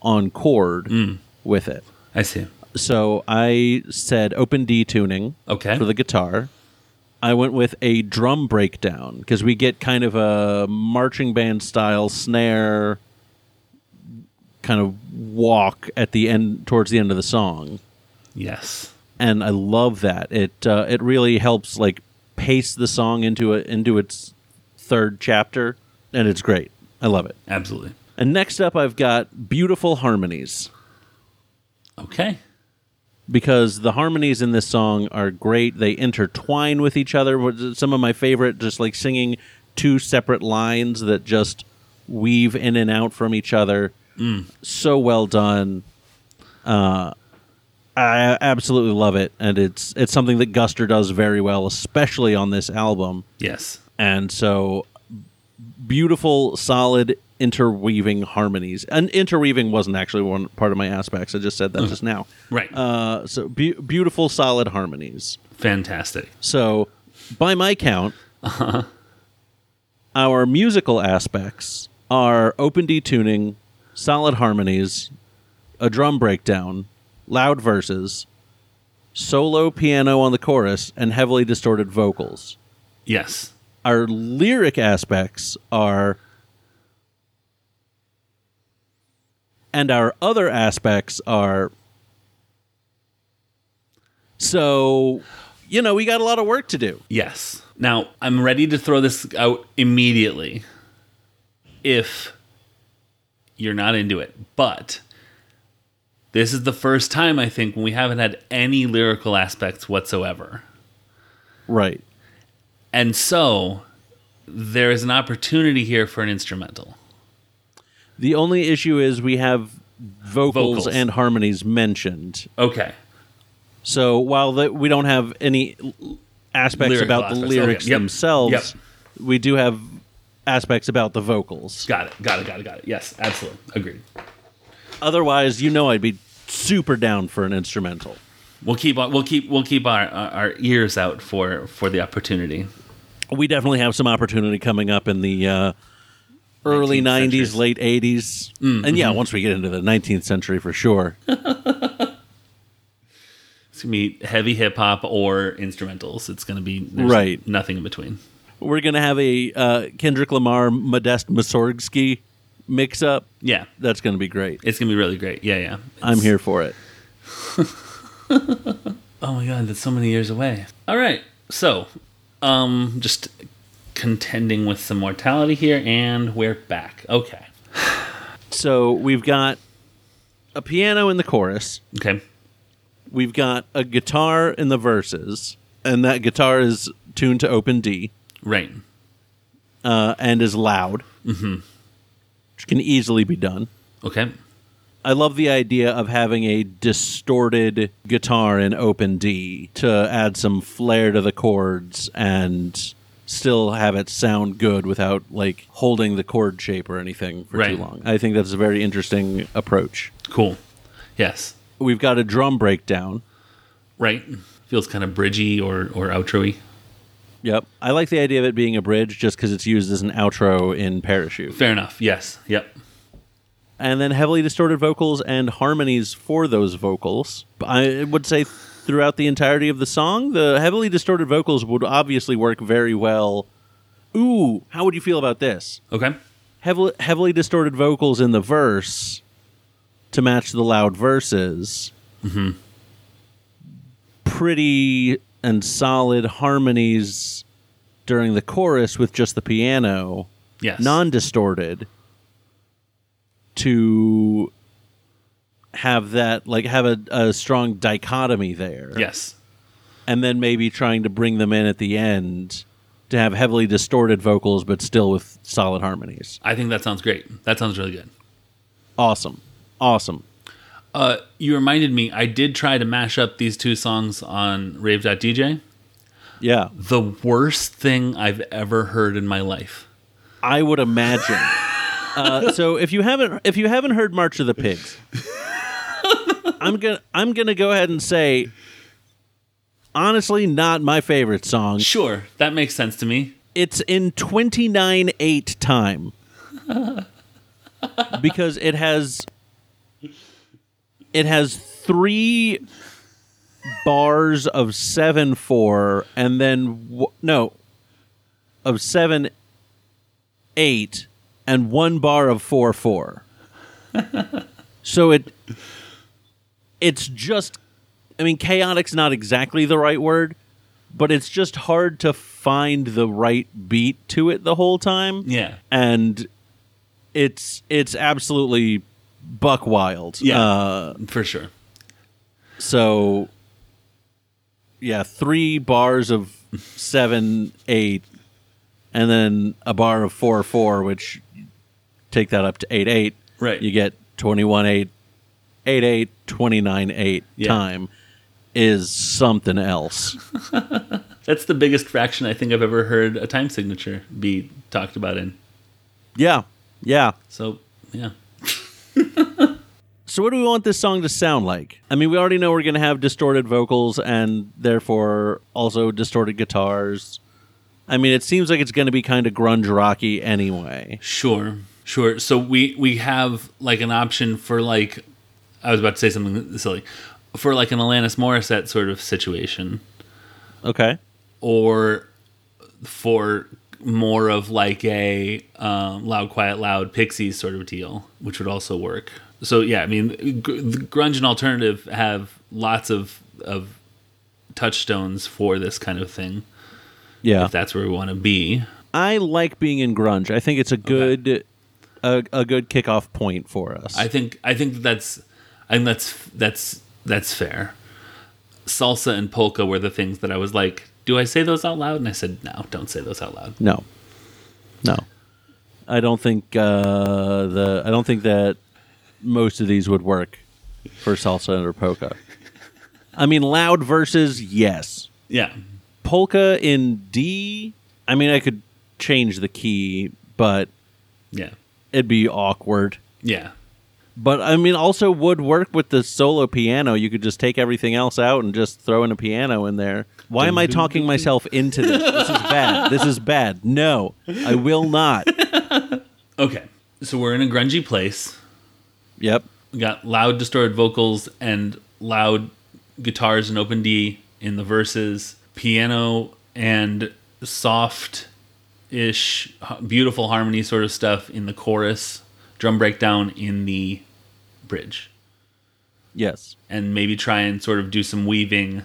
Speaker 1: on chord with it
Speaker 2: I see.
Speaker 1: so I said open D tuning
Speaker 2: Okay.
Speaker 1: for the guitar. I went with a drum breakdown because we get kind of a marching band style snare kind of walk at the end towards the end of the song,
Speaker 2: yes.
Speaker 1: and I love that. It uh, it really helps like pace the song into a, into its third chapter, and it's great. I love it.
Speaker 2: Absolutely.
Speaker 1: And next up, I've got beautiful harmonies.
Speaker 2: Okay.
Speaker 1: because the harmonies in this song are great. They intertwine with each other. which is Some of my favorite, just like singing two separate lines that just weave in and out from each other. So well done. Uh, I absolutely love it, and it's it's something that Guster does very well, especially on this album.
Speaker 2: Yes.
Speaker 1: And so, beautiful, solid interweaving harmonies. And interweaving wasn't actually one part of my aspects. I just said that just now.
Speaker 2: Right.
Speaker 1: Uh, so be- beautiful, solid harmonies.
Speaker 2: Fantastic.
Speaker 1: So, by my count, our musical aspects are open D tuning, solid harmonies, a drum breakdown, loud verses, solo piano on the chorus, and heavily distorted vocals.
Speaker 2: Yes.
Speaker 1: Our lyric aspects are. And our other aspects are. So, you know, we got a lot of work to do.
Speaker 2: Yes. Now, I'm ready to throw this out immediately if you're not into it. But this is the first time, I think, when we haven't had any lyrical aspects whatsoever.
Speaker 1: Right.
Speaker 2: And so there is an opportunity here for an instrumental.
Speaker 1: The only issue is we have vocals,
Speaker 2: Vocals.
Speaker 1: and harmonies mentioned.
Speaker 2: Okay.
Speaker 1: So while the, we don't have any l- aspects
Speaker 2: Lyrical
Speaker 1: about the
Speaker 2: aspects.
Speaker 1: lyrics
Speaker 2: Okay. Yep.
Speaker 1: themselves, we do have aspects about the vocals.
Speaker 2: Got it. Got it. Got it. Got it. Yes. Absolutely. Agreed.
Speaker 1: Otherwise, you know, I'd be super down for an instrumental.
Speaker 2: We'll keep on, we'll keep we'll keep our, our our ears out for for the opportunity.
Speaker 1: We definitely have some opportunity coming up in the uh, early
Speaker 2: 19th century.
Speaker 1: 90s, late 80s. And yeah, once we get into the 19th century for sure.
Speaker 2: It's gonna be heavy hip hop or instrumentals. It's gonna be there's
Speaker 1: Right.
Speaker 2: Nothing in between.
Speaker 1: We're going to have a uh, Kendrick Lamar, Modest Mussorgsky mix up.
Speaker 2: Yeah,
Speaker 1: That's going to be great.
Speaker 2: it's gonna be really great. Yeah, yeah.
Speaker 1: I'm here for it.
Speaker 2: Oh my god, that's so many years away. All right, so um, just contending with some mortality here, and we're back. Okay,
Speaker 1: So we've got a piano in the chorus.
Speaker 2: okay.
Speaker 1: We've got a guitar in the verses, and that guitar is tuned to open D
Speaker 2: Right.
Speaker 1: uh, and is loud, mm-hmm. which can easily be done.
Speaker 2: Okay.
Speaker 1: I love the idea of having a distorted guitar in open D to add some flair to the chords and still have it sound good without like holding the chord shape or anything for
Speaker 2: Right.
Speaker 1: too long. I think that's a very interesting approach.
Speaker 2: Cool. Yes.
Speaker 1: We've got a drum breakdown.
Speaker 2: Right. Feels kind of bridgy or or outroy.
Speaker 1: Yep. I like the idea of it being a bridge just because it's used as an outro in Parachute.
Speaker 2: Fair enough. Yes. Yep.
Speaker 1: And then heavily distorted vocals and harmonies for those vocals. I would say throughout the entirety of the song, the heavily distorted vocals would obviously work very well. Ooh, how would you feel about this?
Speaker 2: Okay.
Speaker 1: Heavily, heavily distorted vocals in the verse to match the loud verses. Mm-hmm. Pretty and solid harmonies during the chorus with just the piano,
Speaker 2: Yes.
Speaker 1: non distorted, to have that, like, have a, a strong dichotomy there.
Speaker 2: Yes.
Speaker 1: And then maybe trying to bring them in at the end to have heavily distorted vocals, but still with solid harmonies.
Speaker 2: I think that sounds great. That sounds really good.
Speaker 1: Awesome. Awesome.
Speaker 2: Uh, you reminded me. I did try to mash up these two songs on Rave.dj.
Speaker 1: Yeah.
Speaker 2: The worst thing I've ever heard in my life.
Speaker 1: I would imagine. uh, so if you haven't if you haven't heard March of the Pigs, I'm gonna I'm gonna go ahead and say honestly not my favorite song.
Speaker 2: Sure, that makes sense to me.
Speaker 1: It's in 29 8 time. because it has it has 3 bars of 7 4 and then w- no of 7 8 and 1 bar of 4 4. so it it's just I mean chaotic's not exactly the right word but it's just hard to find the right beat to it the whole time.
Speaker 2: Yeah.
Speaker 1: And it's it's absolutely buck wild.
Speaker 2: Yeah.
Speaker 1: Uh,
Speaker 2: For sure.
Speaker 1: so yeah, three bars of seven, eight, and then a bar of four four, which take that up to eight eight.
Speaker 2: Right.
Speaker 1: You get twenty one eight, eight eight, twenty nine eight
Speaker 2: Yeah.
Speaker 1: time is something else.
Speaker 2: That's the biggest fraction I think I've ever heard a time signature be talked about in.
Speaker 1: yeah. Yeah.
Speaker 2: So, yeah.
Speaker 1: So, what do we want this song to sound like? I mean, we already know we're going to have distorted vocals and therefore also distorted guitars. I mean, it seems like it's going to be kind of grunge rocky anyway.
Speaker 2: Sure. Sure. So we we have like an option for like I was about to say something silly. For like an Alanis Morissette sort of situation
Speaker 1: Okay.
Speaker 2: or for more of like a um, loud, quiet, loud Pixies sort of deal, which would also work. So yeah, I mean, gr- the grunge and alternative have lots of of touchstones for this kind of thing.
Speaker 1: Yeah.
Speaker 2: If that's where we want to be.
Speaker 1: I like being in grunge. I think it's a good a, a good kickoff point for us.
Speaker 2: I think I think that that's I think that's that's that's fair. Salsa and polka were the things that I was like, do I say those out loud? And I said, no, don't say those out loud.
Speaker 1: no. No. I don't think uh, the I don't think that most of these would work for salsa or polka. I mean loud verses, yes.
Speaker 2: Yeah,
Speaker 1: Polka in D, I mean I could change the key, but
Speaker 2: yeah,
Speaker 1: it'd be awkward.
Speaker 2: yeah.
Speaker 1: But I mean, also would work with the solo piano. You could just take everything else out and just throw in a piano in there. Why am I talking myself into this? This is bad. This is bad. No, I will not.
Speaker 2: Okay, so we're in a grungy place.
Speaker 1: Yep.
Speaker 2: We got loud distorted vocals and loud guitars and open D in the verses, piano and soft ish, beautiful harmony sort of stuff in the chorus, drum breakdown in the bridge,
Speaker 1: Yes.
Speaker 2: and maybe try and sort of do some weaving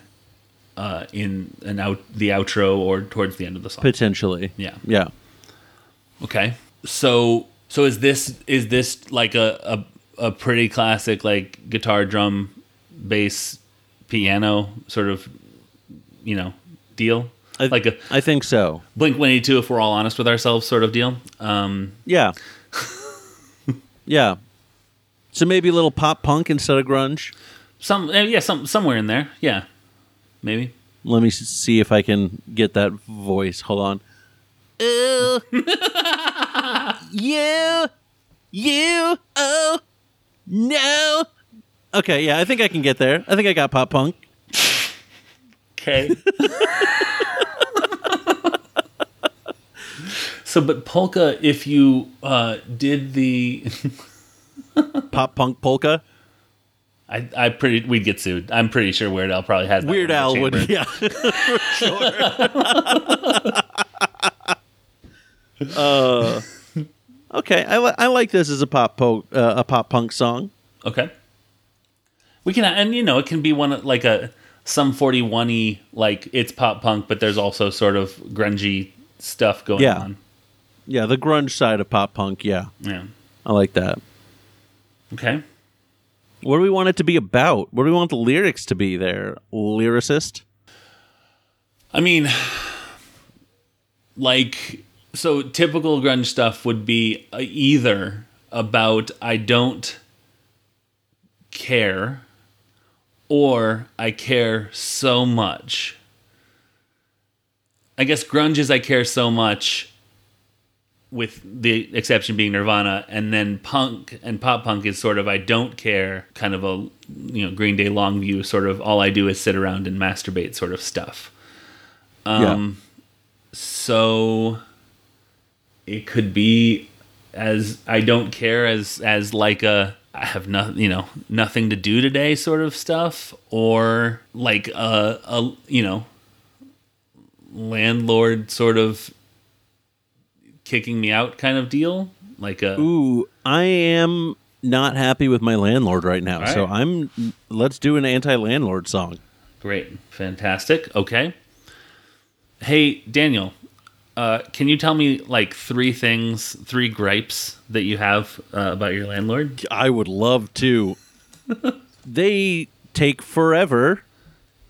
Speaker 2: uh, in an out the outro or towards the end of the song.
Speaker 1: Potentially.
Speaker 2: Yeah.
Speaker 1: Yeah.
Speaker 2: Okay. So so is this is this like a a, a pretty classic like guitar, drum, bass, piano sort of you know deal?
Speaker 1: I,
Speaker 2: like a
Speaker 1: I think so.
Speaker 2: Blink One Eighty Two, if we're all honest with ourselves, sort of deal. Um,
Speaker 1: Yeah. yeah. So maybe a little pop punk instead of grunge.
Speaker 2: some eh, yeah, some somewhere in there, yeah, maybe.
Speaker 1: Let me s- see if I can get that voice. Hold on. Uh, Ooh. you, you, oh, no. Okay, yeah, I think I can get there. I think I got pop punk.
Speaker 2: Okay. so, but polka, if you uh, did the
Speaker 1: Pop punk polka.
Speaker 2: I, I pretty we'd get sued. I'm pretty sure Weird Al probably has that
Speaker 1: Weird
Speaker 2: one in
Speaker 1: Al
Speaker 2: the
Speaker 1: would,
Speaker 2: chamber.
Speaker 1: yeah, for sure. Uh, okay, I, li- I like this as a pop po- uh, a pop punk song.
Speaker 2: Okay. We can and you know it can be one of- like a some 41y like it's pop punk but there's also sort of grungy stuff going
Speaker 1: Yeah.
Speaker 2: on.
Speaker 1: Yeah, the grunge side of pop punk. Yeah,
Speaker 2: Yeah.
Speaker 1: I like that.
Speaker 2: Okay.
Speaker 1: What do we want it to be about? What do we want the lyrics to be there? Lyricist?
Speaker 2: I mean, like, so typical grunge stuff would be uh, either about I don't care or I care so much. I guess grunge is I care so much, with the exception being Nirvana, and then punk and pop punk is sort of I don't care, kind of a you know Green Day long view, sort of all I do is sit around and masturbate sort of stuff. Um, So it could be as I don't care as as like a I have nothing, you know, nothing to do today sort of stuff or like a a you know landlord sort of kicking me out kind of deal, like a
Speaker 1: yeah. Ooh, I am not happy with my landlord right now. So
Speaker 2: right.
Speaker 1: I'm. Let's do an anti-landlord song.
Speaker 2: Great. Fantastic. Okay. Hey, Daniel, uh, can you tell me like three things, three gripes that you have uh, about your landlord?
Speaker 1: I would love to. they take forever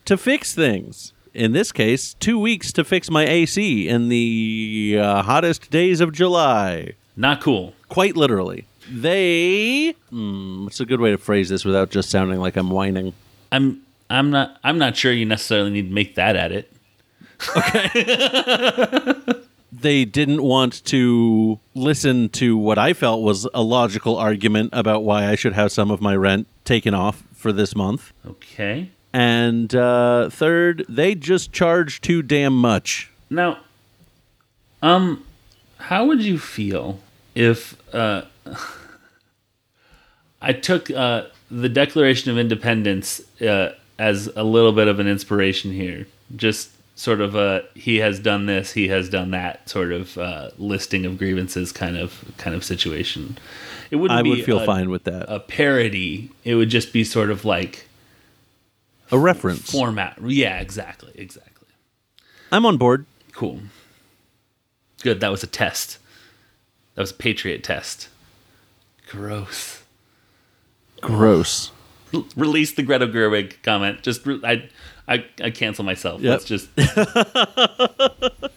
Speaker 1: to fix things. In this case, two weeks to fix my AC in the uh, hottest days of July.
Speaker 2: Not cool.
Speaker 1: Quite literally. They. Hmm, what's a good way to phrase this without just sounding like I'm whining?
Speaker 2: I'm I'm not I'm not sure you necessarily need to make that edit.
Speaker 1: They didn't want to listen to what I felt was a logical argument about why I should have some of my rent taken off for this month.
Speaker 2: Okay.
Speaker 1: And uh, third, they just charge too damn much.
Speaker 2: Now, um, how would you feel if uh, I took uh, the Declaration of Independence uh, as a little bit of an inspiration here? Just sort of a he has done this, he has done that sort of uh, listing of grievances kind of kind of situation. It wouldn't
Speaker 1: I
Speaker 2: be
Speaker 1: would feel
Speaker 2: a,
Speaker 1: fine with that.
Speaker 2: a parody. It would just be sort of like
Speaker 1: a reference.
Speaker 2: format. Yeah, exactly, exactly.
Speaker 1: I'm on board.
Speaker 2: Cool. Good. That was a test. That was a Patriot test. Gross.
Speaker 1: Gross.
Speaker 2: L- Release the Greta Gerwig comment. Just re- I, I, I cancel myself.
Speaker 1: Yep.
Speaker 2: Let's just.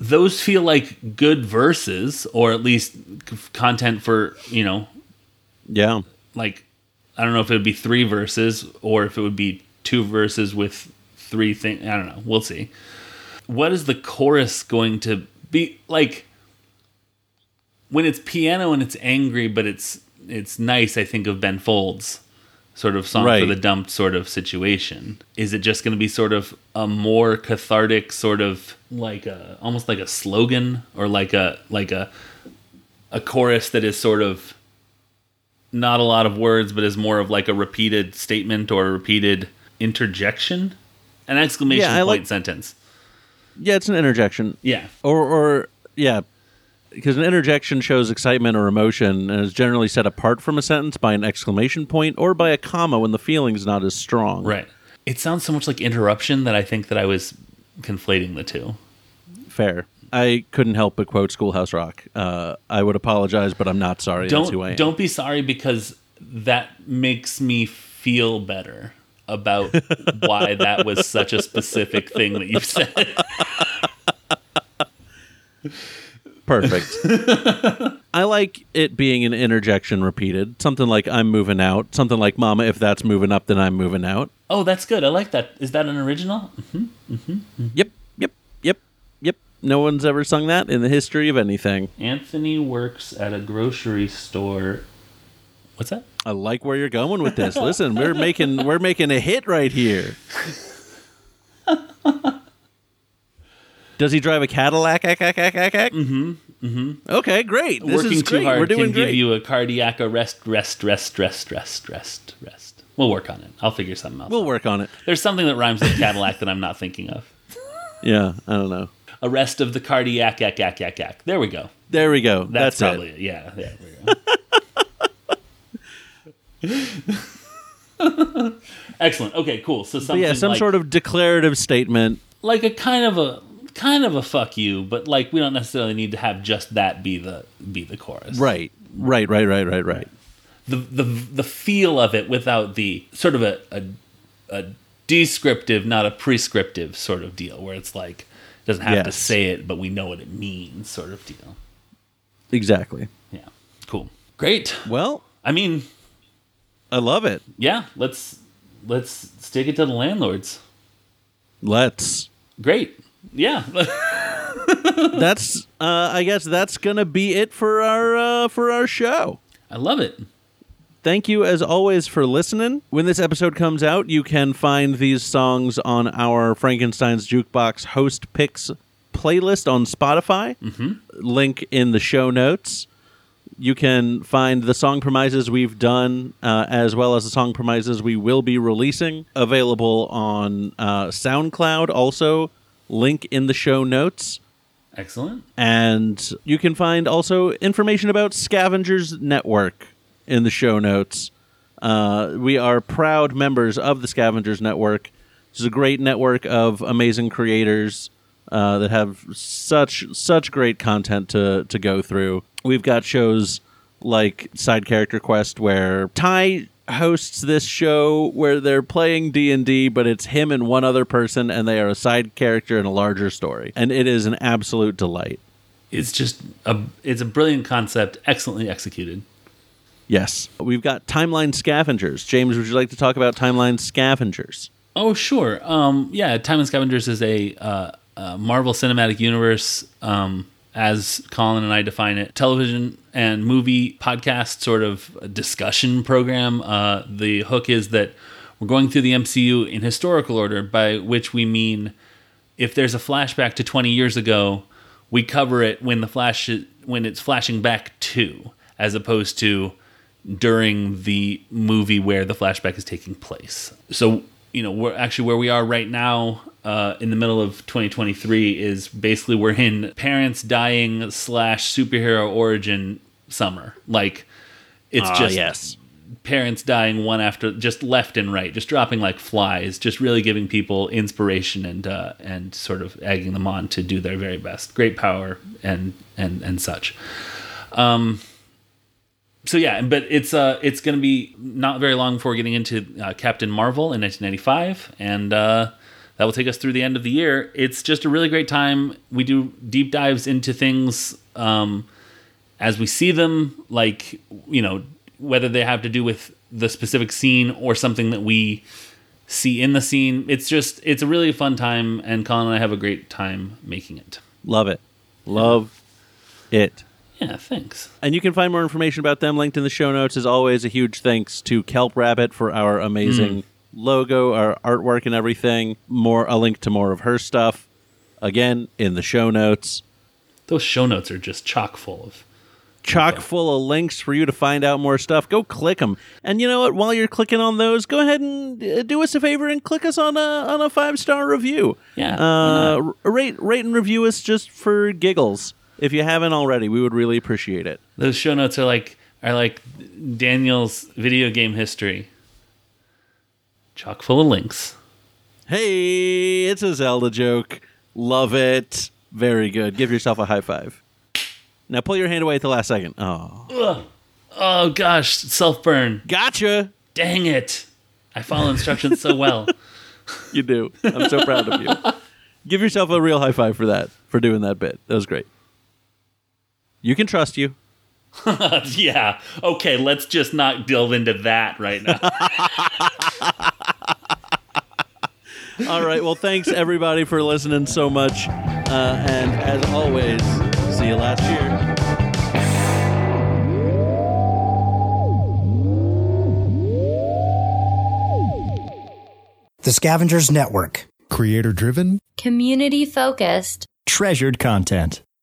Speaker 2: Those feel like good verses, or at least c- content for you know,
Speaker 1: Yeah.
Speaker 2: like I don't know if it would be three verses or if it would be two verses with three things. I don't know. We'll see. What is the chorus going to be like? When it's piano and it's angry, but it's it's nice. I think of Ben Folds, sort of song
Speaker 1: Right.
Speaker 2: for the dumped sort of situation. Is it just going to be sort of a more cathartic sort of like a almost like a slogan or like a like a a chorus that is sort of not a lot of words, but is more of like a repeated statement or a repeated interjection, an exclamation
Speaker 1: Yeah, I
Speaker 2: point
Speaker 1: like-
Speaker 2: sentence.
Speaker 1: Yeah, it's an interjection.
Speaker 2: Yeah,
Speaker 1: Or or yeah. Because an interjection shows excitement or emotion and is generally set apart from a sentence by an exclamation point or by a comma when the feeling's not as strong.
Speaker 2: right. It sounds so much like interruption that I think that I was conflating the two.
Speaker 1: Fair. I couldn't help but quote Schoolhouse Rock. Uh, I would apologize, but I'm not sorry. That's who I am.
Speaker 2: Don't don't be sorry because that makes me feel better about why that was such a specific thing that you said.
Speaker 1: Perfect. I like it being an interjection repeated. Something like I'm moving out. Something like Mama, if that's moving up, then I'm moving out.
Speaker 2: Oh, that's good. I like that. Is that an original? Mm-hmm.
Speaker 1: Yep, yep, yep, yep. No one's ever sung that in the history of anything.
Speaker 2: Anthony works at a grocery store. What's that?
Speaker 1: I like where you're going with this. Listen, we're making we're making a hit right here. Does he drive a Cadillac? Mm-hmm. Mm-hmm. Okay, great. This
Speaker 2: working
Speaker 1: is
Speaker 2: too
Speaker 1: great.
Speaker 2: hard
Speaker 1: We're doing
Speaker 2: can give
Speaker 1: great.
Speaker 2: you a cardiac arrest, rest, rest, rest, rest, rest, rest. We'll work on it. I'll figure something out.
Speaker 1: we'll work on it.
Speaker 2: There's something that rhymes with Cadillac that I'm not thinking of.
Speaker 1: Yeah, I don't know.
Speaker 2: Arrest of the cardiac, yak, yak, yak, yak. There we go.
Speaker 1: There we go.
Speaker 2: That's,
Speaker 1: That's, it.
Speaker 2: probably it. Yeah, there we go. Excellent. Okay, cool. So
Speaker 1: But
Speaker 2: something
Speaker 1: yeah, some
Speaker 2: like,
Speaker 1: sort of declarative statement.
Speaker 2: like a kind of a kind of a fuck you, but like we don't necessarily need to have just that be the be the chorus.
Speaker 1: Right. Right, right, right, right, right.
Speaker 2: the the the feel of it without the sort of a a, a descriptive, not a prescriptive sort of deal, where it's like it doesn't have to
Speaker 1: Yes.
Speaker 2: say it, but we know what it means, sort of deal.
Speaker 1: Exactly.
Speaker 2: Yeah, cool, great.
Speaker 1: Well,
Speaker 2: I mean,
Speaker 1: I love it.
Speaker 2: yeah, let's let's stick it to the landlords.
Speaker 1: Let's.
Speaker 2: Great, yeah.
Speaker 1: That's uh I guess that's going to be it for our uh for our show.
Speaker 2: I love it.
Speaker 1: Thank you, as always, for listening. When this episode comes out, you can find these songs on our Frankenstein's Jukebox Host Picks playlist on Spotify. Mm-hmm. Link in the show notes. You can find the song premises we've done, uh, as well as the song premises we will be releasing, available on uh, SoundCloud. Also, link in the show notes.
Speaker 2: Excellent.
Speaker 1: And you can find also information about Scavengers Network in the show notes. Uh, we are proud members of the Scavengers Network. This is a great network of amazing creators uh, that have such such great content to to go through. We've got shows like Side Character Quest, where Ty hosts this show where they're playing D&D but it's him and one other person and they are a side character in a larger story and it is an absolute delight.
Speaker 2: It's just a it's a brilliant concept, excellently executed.
Speaker 1: Yes. We've got Timeline Scavengers. James, would you like to talk about Timeline Scavengers?
Speaker 2: Oh sure, um, yeah. Time and Scavengers is a, uh, uh Marvel Cinematic Universe, um, as Colin and I define it, television and movie podcast sort of discussion program. Uh, the hook is that we're going through the MCU in historical order, by which we mean if there's a flashback to 20 years ago, we cover it when the flash when it's flashing back to, as opposed to during the movie where the flashback is taking place. So you know we're actually where we are right now uh, in the middle of 2023 is basically we're in parents dying slash superhero origin summer. Like it's
Speaker 1: Ah,
Speaker 2: just
Speaker 1: yes.
Speaker 2: parents dying one after just left and right, just dropping like flies, just really giving people inspiration and uh, and sort of egging them on to do their very best. Great power and and and such. Um so yeah, but it's uh it's going to be not very long before getting into uh, Captain Marvel in 1995 and uh that will take us through the end of the year. It's just a really great time. We do deep dives into things um as we see them, like you know, whether they have to do with the specific scene or something that we see in the scene. It's just it's a really fun time, and Colin and I have a great time making it.
Speaker 1: Love it. Love it.
Speaker 2: Yeah, thanks.
Speaker 1: And you can find more information about them linked in the show notes. As always, a huge thanks to Kelp Rabbit for our amazing logo, our artwork, and everything. More a link to more of her stuff. Again, in the show notes.
Speaker 2: Those show notes are just chock full of.
Speaker 1: Chock full of links for you to find out more stuff. Go click them. And you know what? While you're clicking on those, go ahead and uh, do us a favor and click us on a on a five star review.
Speaker 2: Yeah,
Speaker 1: Uh, r- rate rate and review us just for giggles. If you haven't already, we would really appreciate it.
Speaker 2: Those show notes are like are like Daniel's video game history. Chock full of links.
Speaker 1: Hey, it's a Zelda joke. Love it. Very good. Give yourself a high five. Now pull your hand away at the last second. Oh,
Speaker 2: Oh gosh, self burn.
Speaker 1: gotcha.
Speaker 2: Dang it. I follow instructions so well.
Speaker 1: You do. I'm so proud of you. Give yourself a real high five for that, for doing that bit. That was great. You can trust you.
Speaker 2: Yeah. Okay, let's just not delve into that right now.
Speaker 1: All right. Well, thanks everybody for listening so much. Uh, and as always, see you last year.
Speaker 3: The Scavengers Network.
Speaker 4: Creator driven?
Speaker 5: community focused.
Speaker 6: treasured content.